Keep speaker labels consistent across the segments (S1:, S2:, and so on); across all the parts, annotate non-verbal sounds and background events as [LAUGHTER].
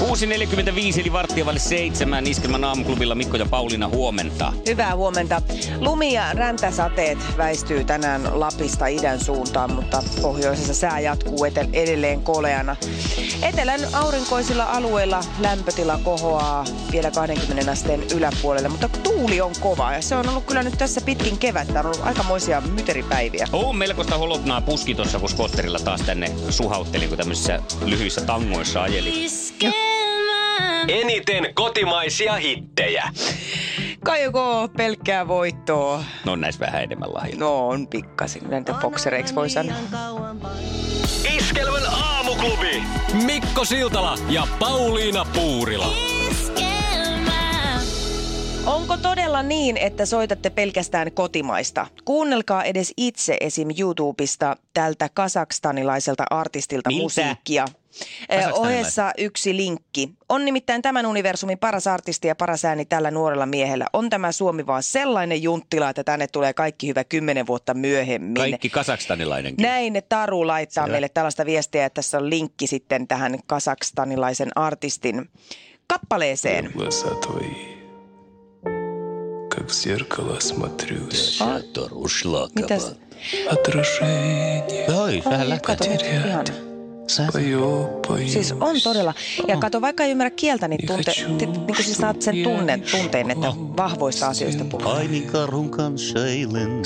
S1: 6.45 eli varttia vaille seitsemän Iskelmän aamuklubilla Mikko ja Pauliina huomenta.
S2: Hyvää huomenta. Lumi- ja räntäsateet väistyy tänään Lapista idän suuntaan, mutta pohjoisessa sää jatkuu etel- edelleen koleana. Etelän aurinkoisilla alueilla lämpötila kohoaa vielä 20 asteen yläpuolelle, mutta tuuli on kova ja se on ollut kyllä nyt tässä pitkin kevättä. On ollut aikamoisia myteripäiviä.
S1: On melkoista holotnaa puski tuossa, kun skotterilla taas tänne suhautteli, kun tämmöisissä lyhyissä tangoissa ajeli.
S3: Iskelmää.
S4: Eniten kotimaisia hittejä.
S2: Kai joko pelkkää voittoa?
S1: No näissä vähän enemmän lahjoja.
S2: No on pikkasen, kyllä niitä boksereiksi voi sanoa.
S3: Liian kauan
S4: Iskelmän aamuklubi. Mikko Siltala ja Pauliina Puurila.
S3: Iskelmää.
S2: Onko todella niin, että soitatte pelkästään kotimaista? Kuunnelkaa edes itse esim. YouTubesta tältä kasakstanilaiselta artistilta
S1: Miltä?
S2: musiikkia. Eh,
S1: Kasakstanilaiselta?
S2: Ohessa yksi linkki. On nimittäin tämän universumin paras artisti ja paras ääni tällä nuorella miehellä. On tämä Suomi vaan sellainen junttila, että tänne tulee kaikki hyvä kymmenen vuotta myöhemmin.
S1: Kaikki kasakstanilainenkin.
S2: Näin ne Taru laittaa
S1: Selvä.
S2: meille tällaista viestiä, että tässä on linkki sitten tähän kasakstanilaisen artistin kappaleeseen.
S5: Глаза твои, как в зеркало смотрю я.
S2: Mitäs?
S5: Отражение
S1: Oi, vähän
S2: Ai, kato, nyt ihan.
S5: потерять. Спою, пою.
S2: Siis on todella. Ja kato, vaikka ei ymmärrä kieltä, niin, tunte,
S5: Ikä
S2: ti- niin kuin siis saat sen tunne, tunteen, että vahvoista asioista puhutaan.
S6: Ainin niin karhun kanssa eilen,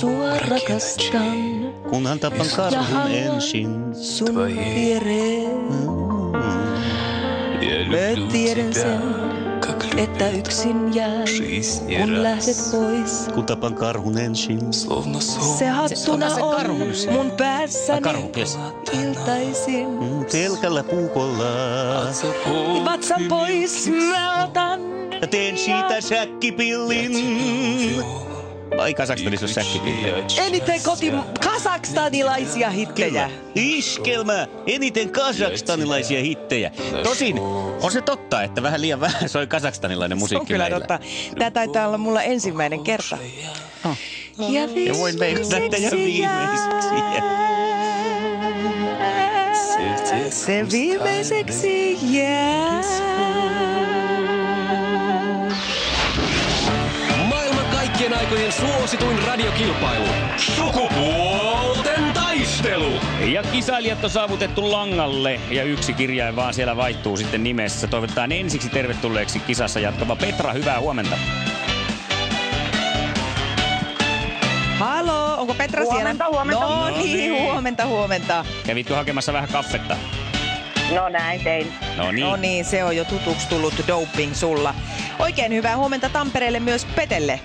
S5: Сумраки ночей
S6: kunhan tapan karhun ensin.
S5: твоей. Я люблю тебя, как любит
S2: yksin jää,
S5: жизнь и раз.
S2: pois.
S6: Kun tapan karhun ensin,
S5: Словно солнце
S2: hattuna on mun päässäni iltaisin.
S6: mm, pelkällä puukolla.
S5: запомни
S2: Vatsan pois mä otan.
S6: Ja teen siitä säkkipillin. Ai Kasakstanissa on säkkipilli.
S5: я
S2: Eniten koti kasakstanilaisia hittejä.
S6: Kyllä. Iskelmä. Eniten kasakstanilaisia hittejä. Tosin on se totta, että vähän liian vähän soi kasakstanilainen
S2: Se on
S6: musiikki
S2: kyllä
S6: meillä.
S2: totta. Tämä taitaa olla mulla ensimmäinen kerta.
S7: No.
S2: Ja,
S6: Ja voin veikata, että jo
S2: viimeiseksi
S6: viimeiseksi.
S5: тебя.
S2: Se viimeiseksi jää.
S4: Maailman kaikkien aikojen suosituin radiokilpailu. Sukupuolten taistelu.
S1: Ja kisailijat on saavutettu langalle ja yksi kirjain vaan siellä vaihtuu sitten nimessä. Toivotetaan ensiksi tervetulleeksi kisassa jatkava Petra, hyvää huomenta.
S2: Halo, onko Petra
S7: Huomenta,
S2: siellä?
S7: huomenta.
S2: No
S1: No
S2: niin,
S1: niin.
S2: huomenta, huomenta.
S1: Kävitkö hakemassa vähän kaffetta?
S7: No näin tein.
S1: No niin.
S2: No niin, se on jo tutuksi tullut doping sulla. Oikein hyvää huomenta Tampereelle myös Petelle.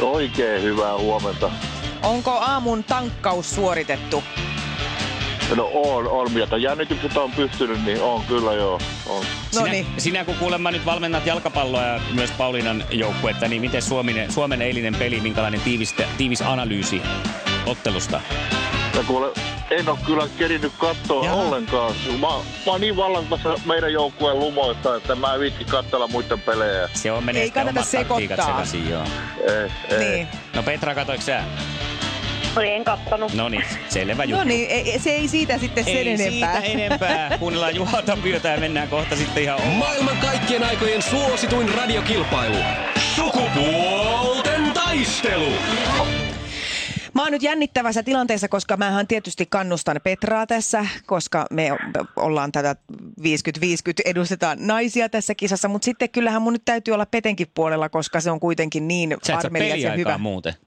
S8: Oikein hyvää huomenta.
S2: Onko aamun tankkaus suoritettu?
S8: No on, on. Mitä jännitykset on pystynyt, niin on kyllä joo. On.
S2: No
S1: Sinä,
S2: niin.
S1: sinä kun kuulemma nyt valmennat jalkapalloa ja myös Pauliinan joukkuetta, niin miten Suomen, Suomen eilinen peli, minkälainen tiivis, tiivis analyysi ottelusta?
S8: Ja kuule, en ole kyllä kerinyt katsoa
S1: Jaha.
S8: Jaha. ollenkaan. Mä, mä oon niin vallan tässä meidän joukkueen lumoista, että mä en viitti katsella muiden pelejä.
S1: Se on menee
S2: Ei
S1: sitten
S2: kannata
S1: omat taktiikat
S2: sekoittaa.
S1: sekaisin, joo.
S8: Eh, eh.
S2: Niin.
S1: No Petra, katoiko sä?
S7: Oli en kattonut.
S1: No niin, selvä juttu.
S2: No niin, ei- ei- se ei siitä sitten sen
S1: Ei
S2: enempää.
S1: siitä [LAUGHS] enempää. Kuunnellaan Juha Tapiota ja mennään kohta sitten ihan omaan.
S4: Maailman kaikkien aikojen suosituin radiokilpailu. Sukupuolten taistelu.
S2: Mä oon nyt jännittävässä tilanteessa, koska mähän tietysti kannustan Petraa tässä, koska me o- ollaan tätä 50-50 edustetaan naisia tässä kisassa, mutta sitten kyllähän mun nyt täytyy olla Petenkin puolella, koska se on kuitenkin niin
S1: Sä et saa
S2: armelias ja
S1: peliaikaa
S2: hyvä.
S1: muuten. Mm.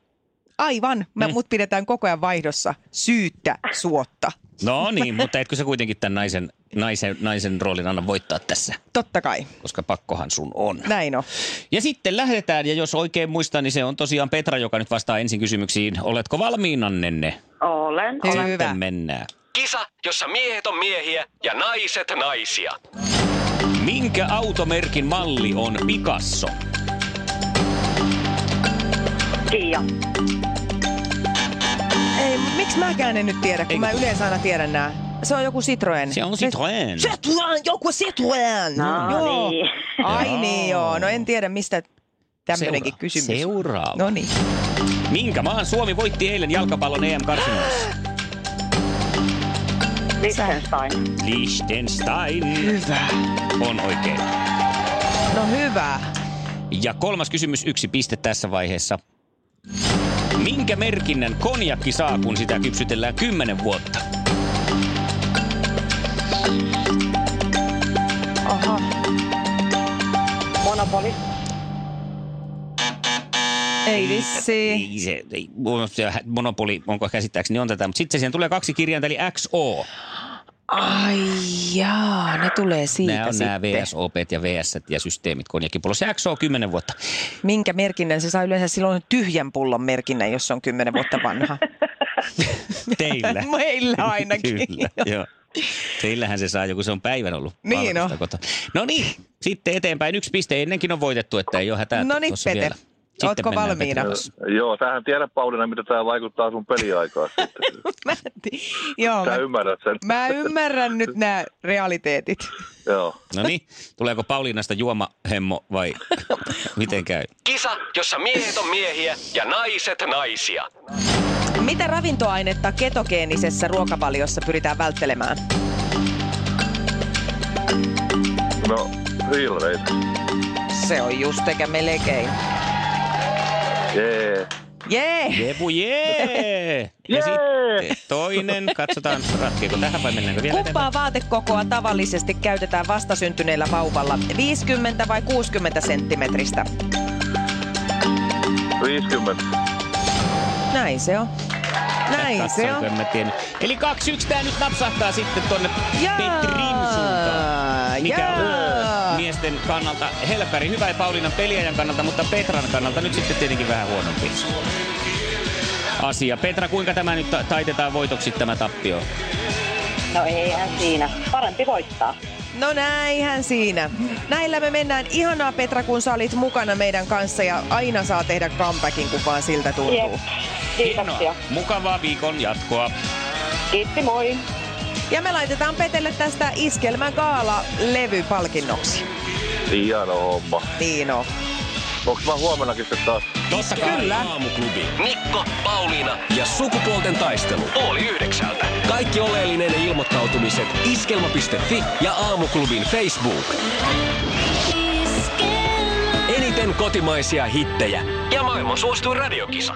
S2: Aivan, me, mut pidetään koko ajan vaihdossa syyttä suotta.
S1: No niin, mutta etkö sä kuitenkin tämän naisen, naisen, naisen roolin anna voittaa tässä?
S2: Totta kai,
S1: Koska pakkohan sun on.
S2: näin on.
S1: Ja sitten lähdetään, ja jos oikein muistan, niin se on tosiaan Petra, joka nyt vastaa ensin kysymyksiin. Oletko valmiinannenne?
S7: Olen.
S2: Hyvä.
S1: Sitten mennään.
S4: Kisa, jossa miehet on miehiä ja naiset naisia.
S1: Minkä automerkin malli on Picasso?
S7: Kia.
S2: Ei, mut miksi mäkään en nyt tiedä, kun
S1: Eikö
S2: mä
S1: tuu?
S2: yleensä aina tiedän nämä. Se on joku Citroen.
S1: Se on Citroën.
S2: Citroen, joku Citroen!
S7: No
S2: Joo.
S7: niin.
S2: Ai
S1: Joo.
S2: niin joo, no en tiedä mistä tämmöinenkin
S1: Seura-
S2: kysymys.
S1: Seuraava.
S2: No niin.
S1: Minkä maan Suomi voitti eilen jalkapallon E EM-karsinoissa?
S7: Liechtenstein.
S1: Liechtenstein
S2: Hyvä.
S1: on oikein.
S2: No hyvä.
S1: Ja kolmas kysymys, yksi piste tässä vaiheessa. Minkä merkinnän konjakki saa, kun sitä kypsytellään 10 vuotta?
S2: Aha.
S7: Monopoli.
S2: Ei vissiin.
S1: Ei Niin, se, ei, se monopoli, onko käsittääkseni, on tätä. Mutta sitten siihen tulee kaksi kirjainta, eli XO.
S2: Ai jaa, ne tulee siitä
S1: nämä on
S2: sitten.
S1: nämä VSOP ja VS ja systeemit konjakkipullossa. XO on 10
S2: [LAUGHS]
S1: vuotta.
S2: Minkä merkinnän se saa yleensä silloin tyhjän pullon merkinnän, jos se on kymmenen vuotta vanha.
S1: Teillä.
S2: [LAUGHS] Meillä
S1: [LAUGHS]
S2: ainakin.
S1: Kyllä,
S2: [LAUGHS]
S1: joo. Teillähän se saa joku, se on päivän ollut.
S2: Niin
S1: palvelusta
S2: on.
S1: kotona. No niin, sitten eteenpäin. Yksi piste ennenkin on voitettu, että ei ole hätää.
S2: No niin,
S1: tuossa
S2: Pete.
S1: vielä. Sitten
S2: Ootko
S1: mennään
S2: valmiina?
S1: Peten kanssa.
S8: Joo, sähän tiedät Pauliina, mitä tämä vaikuttaa sun peliaikaan.
S2: [LAUGHS]
S8: sitten.
S2: Mä en ti- Joo, No, mä,
S8: Sä ymmärrät sen.
S2: mä ymmärrän nyt nämä realiteetit.
S8: Joo.
S1: No niin, tuleeko Pauliinasta juomahemmo vai
S2: [LAUGHS]
S1: miten käy?
S4: Kisa, jossa miehet on miehiä ja naiset naisia.
S2: Mitä ravintoainetta ketogeenisessä ruokavaliossa pyritään välttelemään?
S8: No, hiilareita.
S2: Se on just eikä melkein.
S8: Jee.
S2: Jee!
S1: Jepu, jee! Ja
S8: Jee!
S1: sitten toinen, katsotaan ratkeeko tähän vai mennäänkö vielä
S2: Kumpaa vaatekokoa tavallisesti käytetään vastasyntyneellä vauvalla? 50 vai 60 senttimetristä?
S8: 50.
S2: Näin se on. Näin se
S1: Katsoinko,
S2: on.
S1: en mä tiennyt. Eli 2-1 tää nyt napsahtaa sitten tonne
S2: Jaa,
S1: Petrin suuntaan. Mikä
S2: jaa.
S1: on miesten kannalta helpäri hyvä ja Pauliinan peliajan kannalta, mutta Petran kannalta nyt sitten tietenkin vähän huonompi asia. Petra, kuinka tämä nyt ta- taitetaan voitoksi tämä tappio?
S7: No eihän siinä. Parempi voittaa.
S2: No näinhän siinä. Näillä me mennään. Ihanaa Petra, kun sä olit mukana meidän kanssa ja aina saa tehdä comebackin, kun vaan siltä tuntuu.
S7: Jep. Kiitoksia.
S1: Hienoa. Mukavaa viikon jatkoa.
S7: Kiitti, moi.
S2: Ja me laitetaan Petelle tästä Iskelmän Gaala-levy palkinnoksi.
S8: Hieno homma.
S2: Niin on.
S8: Onko mä huomennakin sitten taas
S1: Totta kai.
S4: Aamuklubi. Mikko, Pauliina ja sukupuolten taistelu. Oli yhdeksältä. Kaikki oleellinen ilmoittautumiset iskelma.fi ja aamuklubin Facebook. Eniten kotimaisia hittejä ja maailman suosituin radiokisa.